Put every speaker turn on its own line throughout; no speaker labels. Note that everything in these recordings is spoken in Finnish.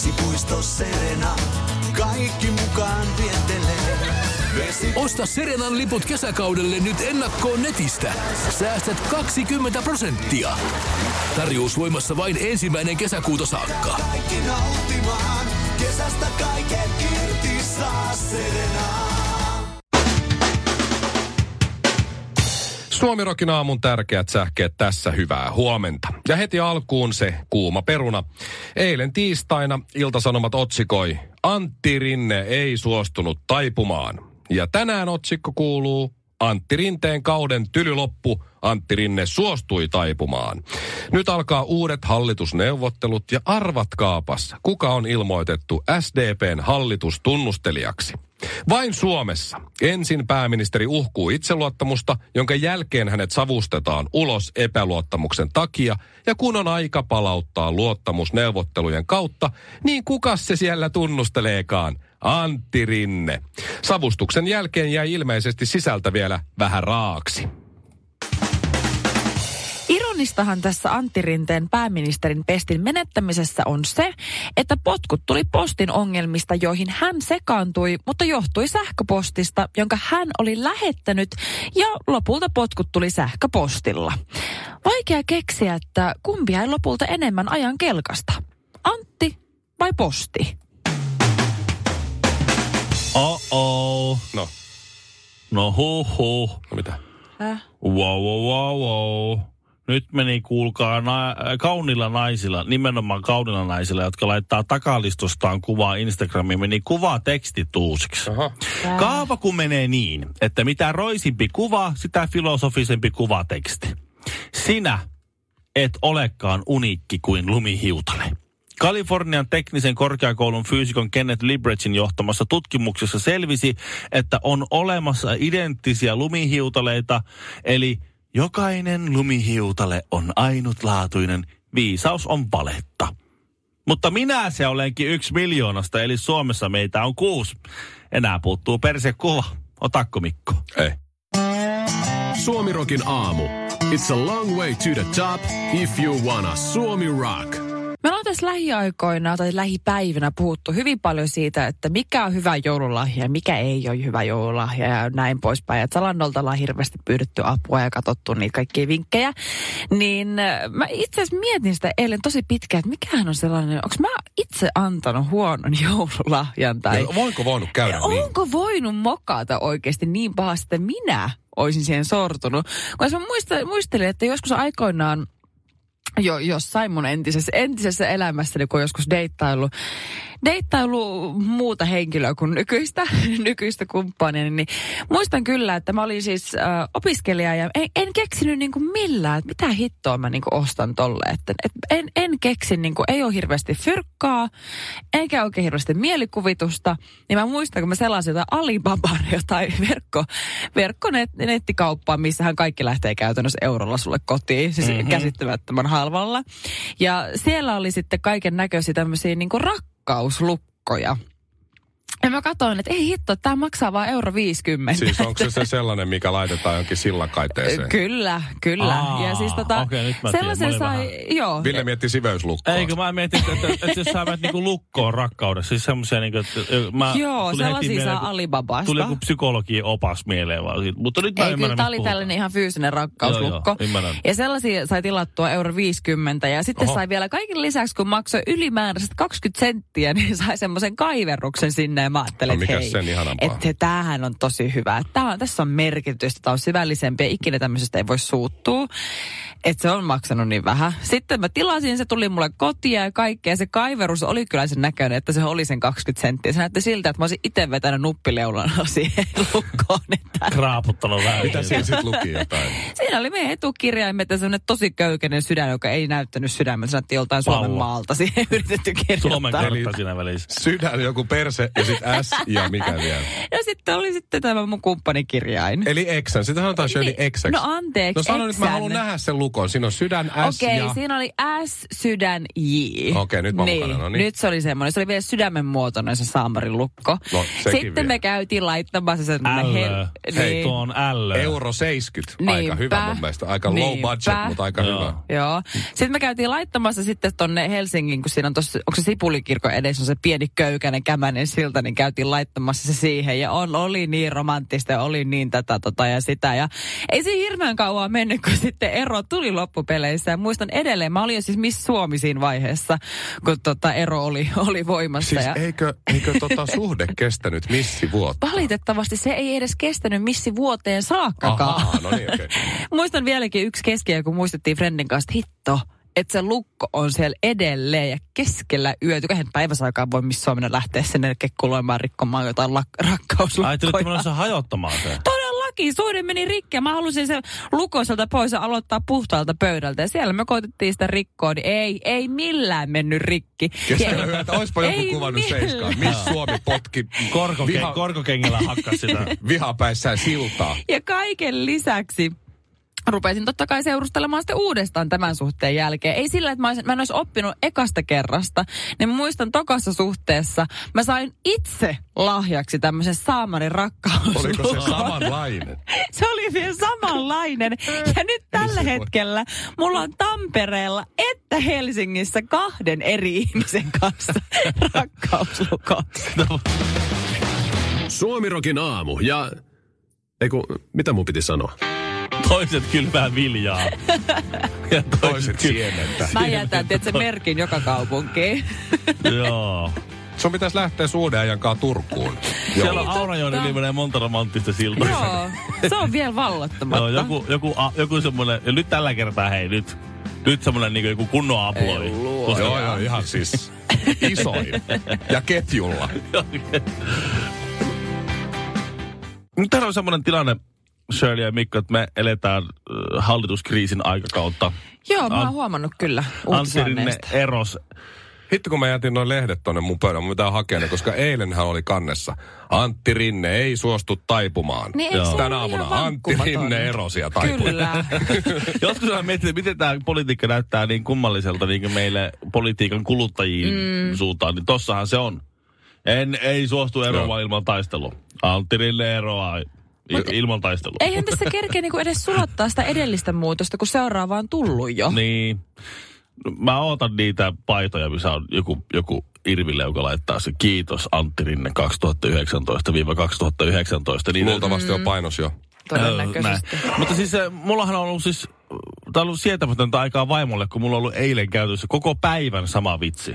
Vesipuisto Serena. Kaikki mukaan vientelee. Vesi...
Osta Serenan liput kesäkaudelle nyt ennakkoon netistä. Säästät 20 prosenttia. Tarjous voimassa vain ensimmäinen kesäkuuta saakka.
Kaikki nauttimaan. Kesästä kaiken irti saa Serena.
Suomirokin aamun tärkeät sähkeet tässä hyvää huomenta. Ja heti alkuun se kuuma peruna. Eilen tiistaina Iltasanomat otsikoi Antti Rinne ei suostunut taipumaan. Ja tänään otsikko kuuluu Antti Rinteen kauden tylyloppu Antti Rinne suostui taipumaan. Nyt alkaa uudet hallitusneuvottelut ja arvatkaapas, kuka on ilmoitettu SDPn hallitustunnustelijaksi. Vain Suomessa ensin pääministeri uhkuu itseluottamusta, jonka jälkeen hänet savustetaan ulos epäluottamuksen takia, ja kun on aika palauttaa luottamus neuvottelujen kautta, niin kuka se siellä tunnusteleekaan? Antti Rinne. Savustuksen jälkeen jäi ilmeisesti sisältä vielä vähän raaksi.
Ironistahan tässä Antti Rinteen pääministerin pestin menettämisessä on se, että potkut tuli postin ongelmista, joihin hän sekaantui, mutta johtui sähköpostista, jonka hän oli lähettänyt ja lopulta potkut tuli sähköpostilla. Vaikea keksiä, että kumpi jäi lopulta enemmän ajan kelkasta. Antti vai posti?
Oh-oh.
No,
No huh huh.
no mitä?
Äh.
Wow, wow, wow, wow. Nyt meni kuulkaa na- äh, kaunilla naisilla, nimenomaan kaunilla naisilla, jotka laittaa takalistostaan kuvaa Instagramiin, meni kuva tekstituusiksi.
Aha.
Kaava kun menee niin, että mitä roisimpi kuva, sitä filosofisempi kuvateksti. Sinä et olekaan uniikki kuin lumihiutale. Kalifornian teknisen korkeakoulun fyysikon Kenneth Libretsin johtamassa tutkimuksessa selvisi, että on olemassa identtisiä lumihiutaleita, eli jokainen lumihiutale on ainutlaatuinen, viisaus on valetta. Mutta minä se olenkin yksi miljoonasta, eli Suomessa meitä on kuusi. Enää puuttuu persekuva. Otakko Mikko?
Ei.
Suomirokin aamu. It's a long way to the top if you wanna Suomi rock.
Me ollaan tässä lähiaikoina tai lähipäivinä puhuttu hyvin paljon siitä, että mikä on hyvä joululahja ja mikä ei ole hyvä joululahja ja näin poispäin. Ja Zalannolta ollaan hirveästi pyydetty apua ja katsottu niitä kaikkia vinkkejä. Niin äh, mä itse asiassa mietin sitä eilen tosi pitkään, että mikähän on sellainen, onko mä itse antanut huonon joululahjan tai...
No, voinko voinut käydä niin?
Onko voinut mokata oikeasti niin pahasti, että minä olisin siihen sortunut? Koska mä muista- muistelin, että joskus aikoinaan jo, jossain mun entisessä, entisessä elämässäni, kun on joskus deittailu, deittailu muuta henkilöä kuin nykyistä, nykyistä kumppania, niin muistan kyllä, että mä olin siis äh, opiskelija ja en, en keksinyt niin kuin millään, että mitä hittoa mä niin kuin ostan tolle. Että, et en, en keksi, niin kuin, ei ole hirveästi fyrkkaa, eikä oikein hirveästi mielikuvitusta, niin mä muistan, kun mä selasin jotain Alibaban jotain verkko, verkkonet, nettikauppaa, missähän kaikki lähtee käytännössä eurolla sulle kotiin, siis
Mhm.
mm-hmm. käsittämättömän halvalla. Ja siellä oli sitten kaiken näköisiä tämmöisiä niin rakkauslukkoja. Ja mä katsoin, että ei hitto, tämä maksaa vaan euro 50.
Siis onko se, se sellainen, mikä laitetaan jonkin sillankaiteeseen?
Kyllä, kyllä.
Aa,
ja siis tota,
okei, nyt mä tiedän. Mä
sellaisen
olin
sai, joo.
Ville mietti siveyslukkoa.
Eikö mä mietin, että, että, että jos sä menet niinku lukkoon rakkaudessa, siis semmoisia niinku, että ö, mä
Joo,
tuli heti
sellaisia
mieleen,
saa
kun-
Alibabasta.
Tuli joku psykologian opas mieleen vaan siitä. Mutta nyt mä
Ei, kyllä
ymmärrän,
tämä
mistä
oli
puhutaan.
tällainen ihan fyysinen rakkauslukko.
Joo, joo, ymmärrän.
ja sellaisia sai tilattua euro 50 ja sitten
Oho.
Oho. sai vielä kaiken lisäksi, kun maksoi ylimääräiset 20 senttiä, niin sai semmoisen kaiverruksen sinne ja mä ajattelin,
No,
että
mikäs
hei,
sen ihanampaa?
että tämähän on tosi hyvä. Että Tää on, tässä on merkitystä, tämä on syvällisempi ja ikinä tämmöisestä ei voi suuttua. Että se on maksanut niin vähän. Sitten mä tilasin, se tuli mulle kotia ja kaikkea. Se kaiverus oli kyllä sen näköinen, että se oli sen 20 senttiä. Se näytti siltä, että mä olisin itse vetänyt nuppileulana siihen lukkoon. Että
Kraaputtanut vähän.
Mitä siinä sitten luki jotain?
Siinä oli meidän etukirjaimet ja semmoinen tosi köykäinen sydän, joka ei näyttänyt sydämeltä. Se näytti joltain Suomen
Vauva.
maalta siihen yritetty kirjoittaa.
Suomen kartta siinä välissä.
Sydän, joku perse ja sitten Nyt S ja mikä vielä?
No sitten oli sitten tämä mun kumppanikirjain.
Eli Exän. Sitä sanotaan Shirley
Niin.
Exäksi.
No anteeksi,
No sano nyt, mä
Exän.
haluan nähdä sen lukon. Siinä on sydän S
Okei,
ja...
siinä oli S, sydän, J.
Okei, nyt mä oon
niin.
mukana, no niin.
Nyt se oli semmoinen. Se oli vielä sydämen muotoinen se saamarin lukko.
No, sekin
Sitten
vielä.
me käytiin laittamassa semmoinen...
L.
hel- niin.
Hei, tuo on L.
Euro 70. Aika
Niinpä.
hyvä mun mielestä. Aika low
Niinpä.
budget, mutta aika
Joo.
hyvä.
Joo. Sitten me käytiin laittamassa sitten tonne Helsingin, kun siinä on tossa, onko se Sipulikirkon edessä on se pieni köykäinen kämänen silta, niin käytiin laittamassa se siihen. Ja on, oli niin romanttista ja oli niin tätä tota ja sitä. Ja ei se hirveän kauan mennyt, kun sitten ero tuli loppupeleissä. Ja muistan edelleen, mä olin jo siis Miss Suomi siinä vaiheessa, kun tota ero oli, oli voimassa.
Siis
ja...
eikö, eikö tota suhde kestänyt missi vuotta?
Valitettavasti se ei edes kestänyt missi vuoteen saakkakaan.
Ahaa, no niin, okei.
Muistan vieläkin yksi keskiä, kun muistettiin Frendin kanssa, että hitto, että se lukko on siellä edelleen ja keskellä yötä. Eihän päiväsaikaan voi missä minä lähteä sinne kekkuloimaan rikkomaan jotain lak-
Ai, tulitte
rakkauslukkoja.
mulle se hajottamaan se.
Todellakin, suhde meni rikki ja mä halusin sen lukoiselta pois ja aloittaa puhtaalta pöydältä. Ja siellä me koitettiin sitä rikkoa, niin ei, ei millään mennyt rikki.
Keskellä
Ja-
yötä, oispa joku
Ei
kuvannut
millään.
seiskaan. Miss Suomi potki
Korkoke-
viha-
Korkokengellä hakkas sitä.
vihapäissään siltaa.
Ja kaiken lisäksi rupesin totta kai seurustelemaan sitten uudestaan tämän suhteen jälkeen. Ei sillä, että mä, olisin, mä en olisi oppinut ekasta kerrasta, niin muistan tokassa suhteessa mä sain itse lahjaksi tämmöisen saamarin rakkaus.
Oliko se samanlainen?
Se oli vielä samanlainen. Ja nyt tällä hetkellä mulla on Tampereella että Helsingissä kahden eri ihmisen kanssa rakkauslukot.
Suomirokin aamu ja... Ei kun, mitä mun piti sanoa?
Toiset kylvää viljaa. Ja
Toiset siementä.
Mä jätän, tiedätkö, merkin joka kaupunkiin.
Joo.
Sun pitäisi lähteä suhdeajankaa Turkuun.
Siellä on
Ei,
Aurajoen
totta.
yli menee monta romanttista siltaa.
Joo, se on vielä vallottamatta.
Joo, joku, joku, a, joku semmoinen, ja nyt tällä kertaa hei, nyt, nyt semmoinen niin joku kunnon aploi. Koska-
Joo, joo, ihan siis isoin. Ja ketjulla.
Nyt täällä on semmoinen tilanne, Shirley ja Mikko, että me eletään äh, hallituskriisin aikakautta.
Joo, mä
An-
oon huomannut kyllä
Antti Rinne
uutisanneesta.
eros.
Hitto kun mä jätin noin lehdet tonne mun pöydän, mun pitää hakea ne, koska eilenhän oli kannessa. Antti Rinne ei suostu taipumaan.
Niin eikö se ollut
Tänä
ihan
aamuna Antti
vankkumaton?
Rinne erosi ja taipui.
Kyllä.
Joskus mä mietin, että miten tämä politiikka näyttää niin kummalliselta niin kuin meille politiikan kuluttajiin mm. suuntaan. Niin tossahan se on. En, ei suostu eroamaan ilman taistelua. Antti Rinne eroaa i- ilman taistelua.
Eihän tässä kerkeä niinku edes sulattaa sitä edellistä muutosta, kun seuraava on tullut jo.
Niin. No, Mä ootan niitä paitoja, missä on joku, joku Irville, joka laittaa se kiitos Antti Rinne 2019-2019. Niin
Luultavasti
Mm.
on painos jo.
Todennäköisesti.
Näin. Mutta siis se, mullahan on ollut siis, tää on ollut sietämätöntä aikaa vaimolle, kun mulla on ollut eilen käytössä koko päivän sama vitsi.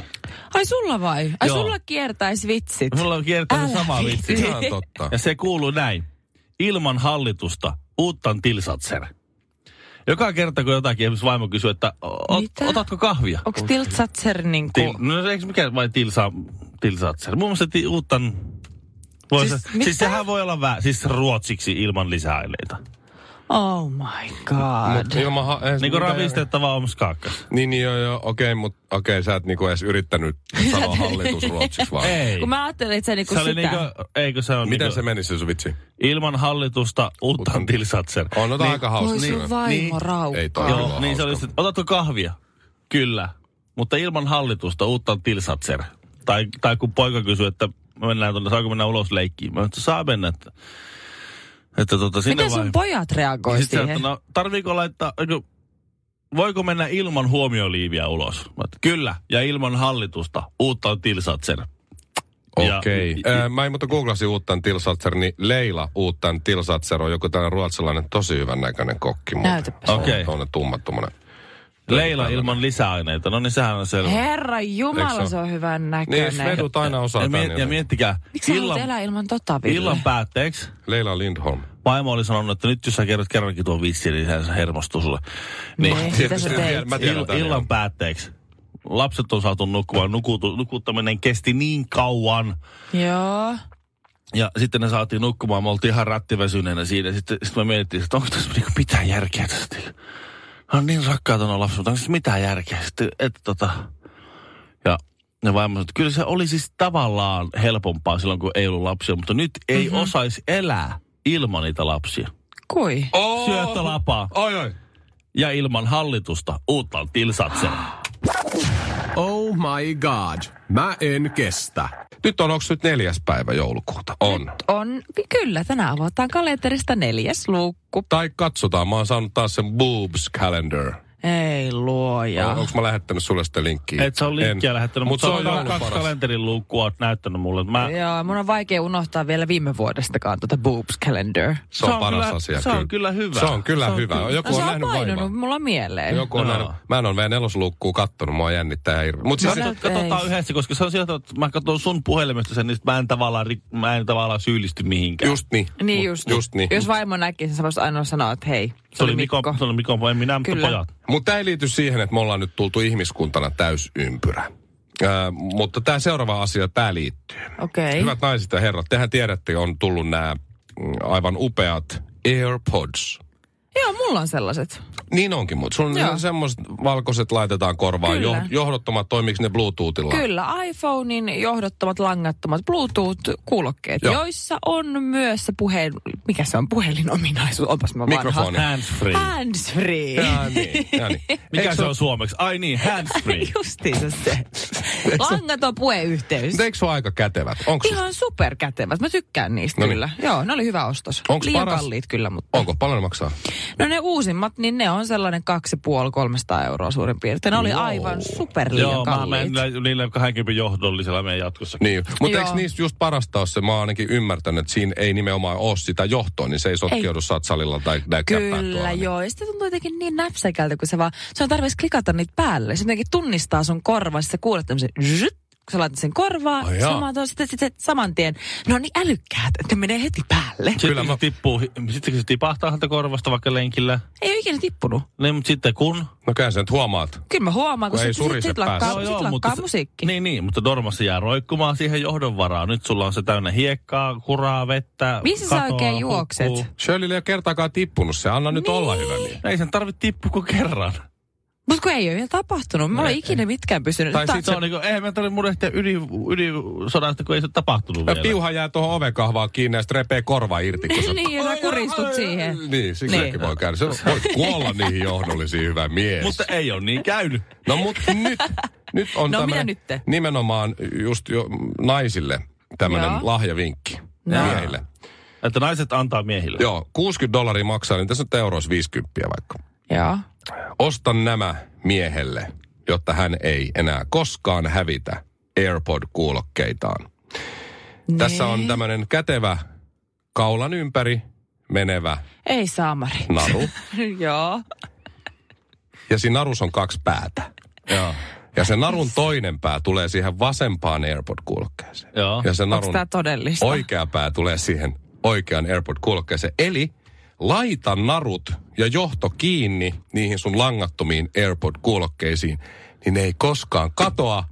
Ai sulla vai? Ai
Joo.
sulla kiertäis vitsit.
Mulla on kiertänyt
Älä
sama vitsi.
vitsi.
Ihan totta.
Ja se kuuluu näin. Ilman hallitusta uuttan tilsatser. Joka kerta, kun jotakin esimerkiksi vaimo kysyy, että o-
Mitä?
otatko kahvia?
Onko Tiltsatser niinku...
Til, no eikö mikä vai tilsa, tilsatser? Mun mielestä ti, uuttan... Voi
Siis
siis, se,
mitä?
siis sehän voi olla vä, siis ruotsiksi ilman lisäaineita.
Oh my god.
Mut ilman ha- eihän se
Niin kuin
mitään-
ravistettava omskaakkas.
Niin, niin joo, joo, okei, mutta okei, sä et niinku edes yrittänyt sanoa hallitusruotsiksi vaan.
Ei.
Kun mä ajattelin, että se niinku
se oli
sitä.
niinku, eikö se on
Miten
niinku,
se meni se sun vitsi?
ilman hallitusta uuttan
Uuttan-
tilsatser.
On, no tää aika hauska.
Voi sun
kyllä.
vaimo
Niin.
raukkaa.
Ei toi
Joo,
kyllä
niin
hauska.
se oli sitten, otatko kahvia? Kyllä. Mutta ilman hallitusta uuttaan tilsatser. Tai, tai kun poika kysyy, että me mennään tuonne, saako mennä ulos leikkiin? Mä sanoin, että saa mennä, että, että tota, sinne
Miten
vai.
sun pojat reagoi
Sitten
siihen?
sanoi, no, tarviiko laittaa, eikö, voiko mennä ilman huomioliiviä ulos? Mä sanoin, että kyllä, ja ilman hallitusta. Uutta on tilsatser. Ja-
Okei. Okay. Mä en mutta googlasin Uuttan Tilsatser, niin Leila Uuttan Tilsatser on joku tällainen ruotsalainen tosi hyvän näköinen kokki. muuten.
Näytäpä
Se on
Okei.
Tuonne tummat tuommoinen.
Leila ilman lisäaineita. No niin, sehän on selvä.
Herra
Eikö se
Jumala,
ole?
se on hyvän
Niin,
näköinen.
Svedut aina osaa
ja,
tämän.
miet, ja
jotenkin.
miettikää,
Miksi sä haluat
illan,
elää ilman tota, Ville?
illan päätteeksi
Leila Lindholm.
vaimo oli sanonut, että nyt jos sä kerrot kerrankin tuon vitsin, niin hän hermostuu sulle. Niin,
Niin,
sitten
mitä sä teit?
mä tiedän
ill-
tämän
illan
jo.
päätteeksi lapset on saatu nukkumaan. Nukutu, nukuttaminen kesti niin kauan.
Joo.
Ja sitten ne saatiin nukkumaan. Me oltiin ihan rattiväsyneenä siinä. Sitten, sitten me mietittiin, että onko tässä niinku mitään järkeä tästä. No niin rakkaat on lapset, mutta onko tässä mitään järkeä? Sitten, että tota... Ja No vaimo sanoi, että kyllä se oli siis tavallaan helpompaa silloin, kun ei ollut lapsia, mutta nyt ei
Mhm.
mm-hmm. osaisi elää ilman niitä lapsia.
Kui?
Oh.
Syöttä lapaa.
Oi, oi.
Ja ilman hallitusta uutta tilsatsen.
Ah.
Oh my god, mä en kestä.
Nyt on, onko nyt neljäs päivä joulukuuta? On.
On, kyllä, tänään avataan kalenterista neljäs luukku.
Tai katsotaan, mä oon saanut taas sen boobs calendar.
Ei luoja.
On, onko mä lähettänyt sulle sitä linkkiä?
Et se on linkkiä
En.
lähettänyt,
Mut
mutta se on
joulun
kaksi
paras.
kalenterin luukkua oot näyttänyt mulle. Mä,
Joo, mun on vaikea unohtaa vielä viime vuodestakaan tuota boobs calendar.
Se on,
Se on
paras
kyllä-
asia.
se on kyllä hyvä.
Se on kyllä
Se on
hyvä.
kyllä-
Joku
No se
on
on
nähnyt
painunut
vaivaa.
mulla mieleen.
Joku on
No.
nähnyt. Mä en ole vielä nelosluukkuu kattonut, mua jännittää hirveä. Mut siis,
Siis
näyt-
no, katsotaan
ei.
yhdessä, koska se on sieltä, että mä katson sun puhelimesta sen, niin sit mä en tavallaan, ri- mä en tavallaan syyllisty mihinkään.
just niin.
Niin
Mut-
just.
just niin.
Jos vaimo näki, sen sä voisit ainoa sanoa, että hei,
se oli Mikko. Se oli Mikko, en minä, mutta
Kyllä.
pojat.
Mutta tämä ei liity siihen, että me ollaan nyt tultu ihmiskuntana täysympyrä. Ää, mutta tämä seuraava asia, tämä liittyy.
Okei.
Hyvät naiset ja herrat, tehän tiedätte, on tullut nämä aivan upeat AirPods.
Joo, mulla on sellaiset.
Niin onkin, mutta sun
Joo.
semmoiset valkoiset laitetaan korvaan.
Kyllä.
Jo, johdottomat, toimiks ne Bluetoothilla?
Kyllä, iPhonein johdottomat langattomat Bluetooth-kuulokkeet,
Joo.
joissa on myös se puhelin... Mikä se on puhelinominaisuus? Onpas mä
Mikrofoni.
vanha.
Hands free.
Hands free.
Ja niin, ja niin.
Mikä
Eikö
se on suomeksi? Ai niin, hands free.
Justiinsa se. Langaton puheyhteys.
Mutta eikö se ole aika kätevät? Onko,
Ihan superkätevät. Mä tykkään niistä
No
no
niin.
niin. kyllä. Joo, ne oli hyvä ostos.
Onks
Liian
paras-
kalliit kyllä, mutta...
onko? Paljon ne maksaa?
No ne uusimmat, niin ne on sellainen 2,5-300 euroa suurin piirtein. Ne oli aivan superliian
Joo, mä
kalliit.
menen niillä- niillä 20 johdollisella meidän jatkossa.
Niin, mutta
Joo.
eikö niistä just parasta ole se, mä oon ainakin ymmärtänyt, että siinä ei nimenomaan ole sitä johtoa, niin se ei sotkeudu ei. satsalilla tai, tai käppään tuolla,
Kyllä,
niin-
joo. Ja sitten tuntuu jotenkin niin näpsäkältä, kun se vaan, se on tarvitsisi klikata niitä päälle. Se jotenkin tunnistaa sun korvan, sit sä kuulet tämmöisen zhyt, kun sä laitat sen korvaan,
Ai jaa.
samaan tuon, sitten, sitten saman tien, no niin älykkäät, että ne menee heti päälle.
Sitten
Kyllä
kun
mä-
se tippuu, hi- sitten kun se tipahtaa häntä korvasta vaikka lenkillä,
Ei ole ikinä tippunut.
niin mutta sitten kun...
No kai sä nyt huomaat.
Kyllä mä huomaan, kun
Kun ei
sitten sit,
surise
sit
päässä.
lakkaa,
Joo,
sit lakkaa musiikki.
Niin, niin, mutta dormassa jää roikkumaan siihen johdon varaan. Nyt sulla on se täynnä hiekkaa, kuraa, vettä,
Missä sä
katoa,
oikein juokset?
hukkuu.
Shirleylle ei ole kertaakaan tippunut se, anna nyt niin. olla hyvä niin.
Ei sen tarvitse tippua kuin kerran.
Mutta kun ei ole vielä tapahtunut, mä olen ikinä mitkään pysynyt.
Tai
Ta-
sit
Se on niin kuin, eihän me tarvitse murehtia ydin, ydinsodasta, kun ei se ole tapahtunut
Ja
vielä.
piuha jää tuohon ovenkahvaan kiinni ja sitten repee korva irti. Kun sä...
Niin, ja sä kuristut siihen.
Niin, siksi
Niin.
niin. voi käydä. Se voi kuolla niihin johdollisiin, hyvä mies.
Mutta ei ole niin käynyt.
No mut nyt, nyt on
No,
tämmönen
mitä nytte?
nimenomaan just jo naisille tämmöinen
Joo.
lahjavinkki
No.
miehille.
Että naiset antaa miehille.
Joo, 60 dollaria maksaa, niin tässä on euroissa 50 vaikka.
Joo.
Osta nämä miehelle, jotta hän ei enää koskaan hävitä AirPod-kuulokkeitaan. Tässä on tämmöinen kätevä kaulan ympäri menevä
Ei saamari.
naru.
Joo.
Ja siinä narussa on kaksi päätä.
Joo.
Ja se narun toinen pää tulee siihen vasempaan AirPod-kuulokkeeseen.
Joo.
Ja se
Onko
narun
tämä todellista?
oikea pää tulee siihen oikean AirPod-kuulokkeeseen. Eli laita narut ja johto kiinni niihin sun langattomiin AirPod-kuulokkeisiin, niin ne ei koskaan katoa.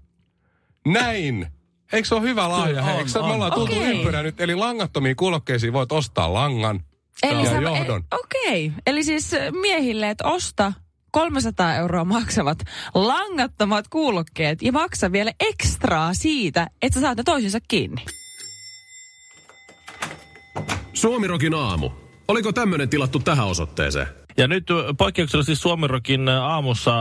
Näin! Eikö se ole hyvä lahja?
Kyllä on,
Eikö se, me
on.
ollaan tultu
Okei.
ympyrä nyt. Eli langattomiin kuulokkeisiin voit ostaa langan
Eli
ja
sä-
johdon.
e- Okei. Okay. Eli siis eh, miehille, että osta 300 euroa maksavat langattomat kuulokkeet ja maksa vielä ekstraa siitä, että sä saat ne toisinsa kiinni.
Suomirokin aamu. Oliko tämmönen tilattu tähän osoitteeseen?
Ja nyt ö, poikkeuksellisesti Suomirokin ö, aamussa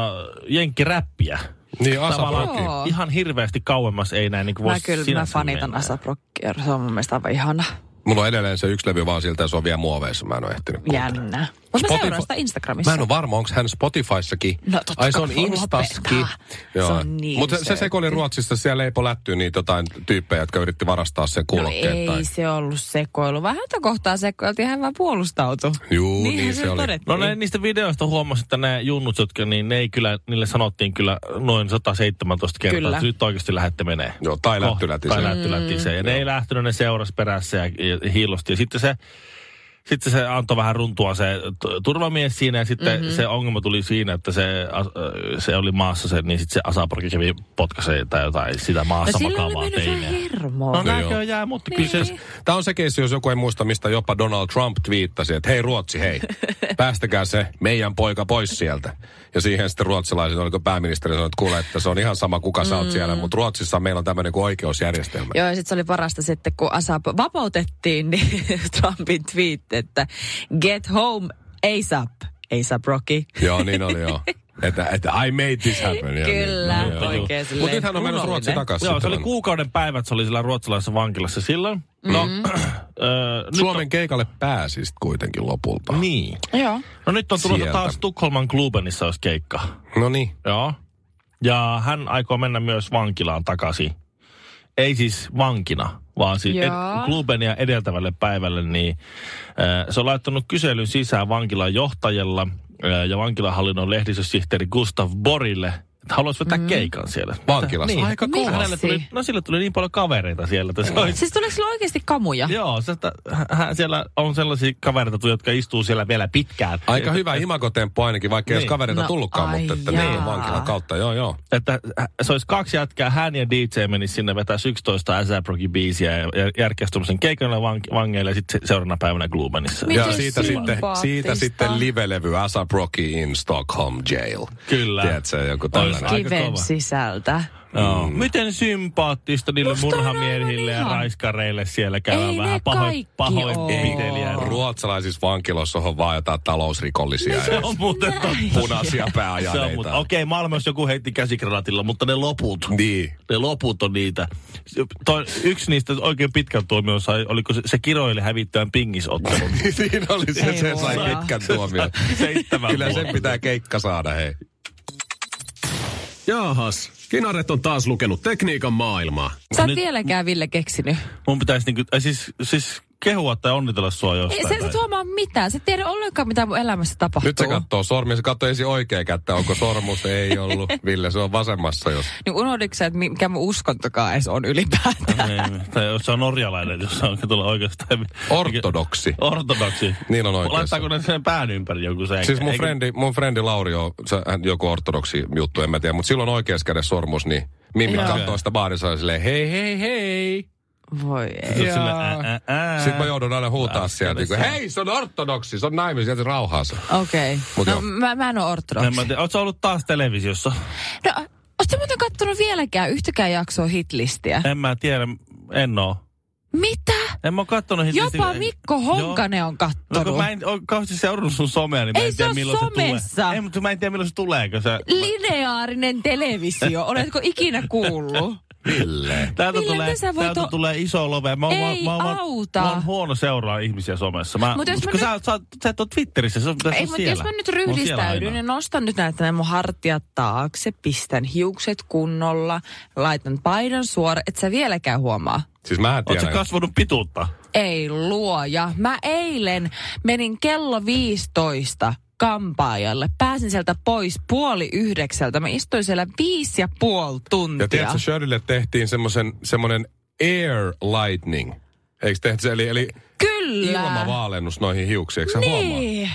jenkkiräppiä.
Niin,
Tavallaan
asaproki.
Joo.
ihan hirveästi kauemmas ei näin niin kuin
mä kyllä mä fanitan Asaprokkia. Se on mun mielestä aivan ihana.
Mulla on edelleen se yksi levy vaan siltä, ja se on vielä muoveissa. Mä en ole ehtinyt kuuntelemaan.
Jännä. Mutta mä
Spotify-
seuraan sitä Instagramissa.
Mä en ole varma, onko hän Spotifyssakin.
No totta
Ai se on
kai, voi
Instaskin.
lopettaa. Se on niin
Mutta se, se
söötti.
sekoili Ruotsissa, siellä leipoi lättyyn niitä jotain tyyppejä, jotka yritti varastaa sen kuulokkeet.
no
tai...
ei se ollut sekoilu. Vähän häntä kohtaa sekoiltiin, hän vaan puolustautui.
Juu, niin,
Niinhän
niin
se
se oli.
todettiin.
No ne, niistä videoista huomasin, että nämä junnut, jotka niin ne ei kyllä, niille sanottiin kyllä noin 117 kertaa,
Kyllä.
että nyt oikeasti lähette menee.
Joo, tai
Kohta-
lätty
Mm.
läti
Tai
se.
lätty lätisee. Ja ne ei lähtenyt, ne seurasi perässä ja, ja hiilosti. Ja sitten se, Sitten se antoi vähän runtua se t- turvamies siinä ja sitten
Mhm.
mm-hmm. se ongelma tuli siinä, että se, as- ö, se oli maassa se, niin sitten se asaporki kävi potkaseen tai jotain sitä
No
maassa
sillä oli
makaavaa
mennyt vähän
teineä.
hermoa.
No
No,
näköjään, jää, mutta niin. kyllä se,
Siis, tämä on se keissi, jos joku ei muista, mistä jopa Donald Trump twiittasi, että hei Ruotsi, hei, päästäkää se meidän poika pois sieltä. Ja siihen sitten ruotsalaisen, oliko pääministeri sanonut, että kuule, että se on ihan sama, kuka sä oot
Mm.
siellä, mutta Ruotsissa meillä on tämmöinen kuin oikeusjärjestelmä.
Joo, ja sitten se oli parasta sitten, kun ASAP vapautettiin, niin Trumpin tweet, että get home ASAP, ASAP Rocky.
joo, niin oli joo. Että, että I made this happen. Joo,
Kyllä,
niin, joo.
oikein
Mutta
silleen
nythän on menossa Ruotsi
kunnollinen.
takaisin.
joo, se oli kuukauden päivät, se oli sillä ruotsalaisessa vankilassa silloin. No,
Mhm.
ö, nyt
Suomen keikalle pääsisit kuitenkin lopulta.
on, niin.
Joo.
No nyt on tulossa
Sieltä.
taas Tukholman Klubenissa olisi keikka.
No niin.
Joo. Ja hän aikoo mennä myös vankilaan takaisin. Ei siis vankina, vaan siis ed-
Joo.
Klubenia edeltävälle päivälle. Niin, äh, se on laittanut kyselyn sisään vankilan johtajalla äh, ja vankilahallinnon lehdistösihteeri Gustav Borille, että haluaisi vetää mm. keikan siellä.
Vankilassa.
Niin.
Aika
Miksi?
Hänelle tuli, no sille tuli niin paljon kavereita siellä, että se olisi
Siis tuliko sillä oikeasti kamuja?
Joo, se, että hän siellä on sellaisia kavereita, jotka istuu siellä vielä pitkään.
Aika hyvä imagotemppu ainakin, vaikka ei
Niin.
olisi kavereita
No,
tullutkaan,
ai
mutta että
jaa.
niin, vankilan kautta, joo joo.
että se olisi kaksi jätkää, hän ja DJ menisi sinne vetää 11 Asaprokin biisiä ja ja järkeisi tuommoisen keikan vank- vangeille ja sitten seuraavana päivänä Glubenissa.
Miten
ja siitä sitten,
sympaattista.
siitä sitten livelevy ASAP Rocky in Stockholm Jail.
Kyllä.
Tiedätkö, joku tällainen.
Aika
Kiven
kova. No
sisältä.
Joo. Miten sympaattista niille
Mm. Musta on
murhamiehille
aivan
ja
ihan.
raiskareille siellä käydään
Ei ne
vähän pahoin,
kaikki
pahoinpitelijä.
oo.
Ruotsalaisissa vankiloissa on vaan jotain talousrikollisia ja
Se on muuten totta.
punaisia
Se on mut-
pääajaneita.
Okei, Malmössä joku heitti käsikranatilla, mutta ne loput.
Niin.
Ne loput on niitä. Toi, yksi niistä oikein pitkän tuomion sai, oliko se, se kiroille hävittäjän pingisottelun.
niin oli se,
Ei
se
voi
sai
olla.
pitkän tuomion.
Seitsemän
Kyllä sen
vuotta.
pitää keikka saada, hei.
Jaahas, Kinaret on taas lukenut tekniikan maailmaa.
Sä oot
Nyt-
vieläkään Ville keksinyt.
Mun pitäisi niinku, ai siis, siis kehua tai onnitella sua
Ei,
jostain.
sä et sit
tai-
huomaa mitään. Sä et tiedä ollenkaan, mitä mun elämässä tapahtuu.
Nyt se katsoo sormia, se katsoo ensin oikea kättä, onko sormus, ei ollut. Ville, se on vasemmassa jos.
Niin unohditko sä, että mi- mikä mun uskontokaan edes on ylipäätään?
Ei, Niin, tai jos se on norjalainen, jos se on tuolla oikeastaan...
Ortodoksi.
Ortodoksi.
Niin on oikeassa.
Laittaako ne sen pään ympäri joku se?
Siis mun frendi, mun frendi Lauri on se, hän, joku ortodoksi juttu, en mä tiedä, mutta silloin oikeassa kädessä sormus, niin Mimmi
Joo.
katsoo sitä baarissa ja silleen, hei, hei, hei.
Voi ei.
Sille,
Jaa.
ää, ää,
Sitten mä joudun aina huutaa
Äsken
sieltä, niin kuin,
tässä.
hei, se on ortodoksi, se on naimisissa, jätä rauhaa se.
Okei.
Mut
Okay.
joo.
No mä, mä en ole
En
ortodoksi.
mä tiedä, Ootko ollut taas televisiossa?
No, ootko muuten kattonut vieläkään yhtäkään jaksoa hitlistiä?
En mä tiedä, en oo.
Mitä?
En mä oo kattonut
Jopa Mikko Honkanen on
No, kun
kattonut.
mä en ole kauheasti seurannut sun somea, niin mä
Ei
en
se
tiedä
oo
milloin se
somessa.
tulee. Ei, mutta mä en tiedä milloin se tulee, kun se...
Lineaarinen televisio. Oletko ikinä kuullut?
Ville.
Täältä
Millä
tulee,
sä voit
täältä
o-
tulee iso love. Mä oon,
Ei
vaan- mä, oon, vaan-
auta.
mä oon huono seuraa ihmisiä somessa. Mä,
Mut jos
mut
mä
kun
nyt-
sä, oot- sä, oot- sä, et ole Twitterissä, se on pitäisi
Ei,
olla
mutta
siellä.
jos mä nyt
Mä oon siellä
ryhdistäydyn niin- ja
aina.
nostan nyt näitä nämä mun hartiat taakse, pistän hiukset kunnolla, laitan paidan suora, et sä vieläkään huomaa.
Siis mä en
Oot sä
tiedä.
kasvanut pituutta?
Ei luoja. Mä eilen menin kello 15 kampaajalle. Pääsin sieltä pois puoli yhdeksältä. Mä istuin siellä viisi ja puoli tuntia.
Ja tiedätkö, Shirleylle tehtiin semmoisen, semmoinen air lightning. Eikö tehty se, eli, eli
Kyllä.
ilmavaalennus noihin hiuksiin, eikö se huomaa?
niin.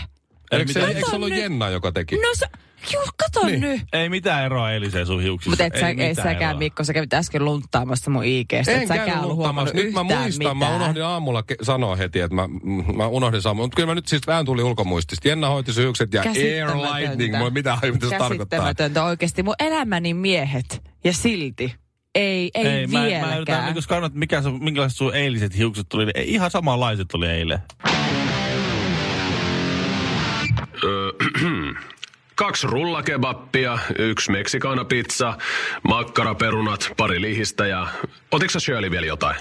Eikö se,
Kato
eikö se ollut
nyt.
Jenna, joka teki?
No sä, juu, kato
Niin.
niin. nyt.
Ei mitään eroa eiliseen sun hiuksissa.
Mutta et, sä, et
mitään
säkään,
eroa.
Mikko, sä kävit äsken lunttaamassa mun IGstä.
En
et
käynyt
säkään ollut
lunttaamassa.
huomannut
Nyt mä
yhtään
muistan,
mitään.
mä unohdin aamulla ke- sanoa heti, että mä, mm, mä unohdin sanoa. Mutta kyllä mä nyt siis vähän tuli ulkomuistista. Jenna hoiti syykset ja air
Käsittämätöntä.
lightning. Moi, mitä mitä se tarkoittaa?
Käsittämätöntä oikeasti. Mun elämäni miehet ja silti. Ei, ei,
Ei,
ei
mä, mä yritän,
vieläkään.
niin, koska annat, mikä sun, minkälaiset sun eiliset hiukset tuli. niin Ei, ihan samanlaiset oli eilen.
Kaksi rullakebappia, yksi meksikaanapizza, makkaraperunat, pari lihistä ja... Otitko Shirley vielä jotain?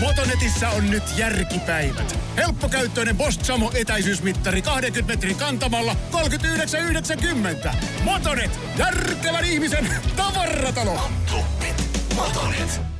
Motonetissä on nyt järkipäivät. Helppokäyttöinen Bosch Samo etäisyysmittari 20 metrin kantamalla 39,90. Motonet, järkevän ihmisen tavaratalo.
Motonet.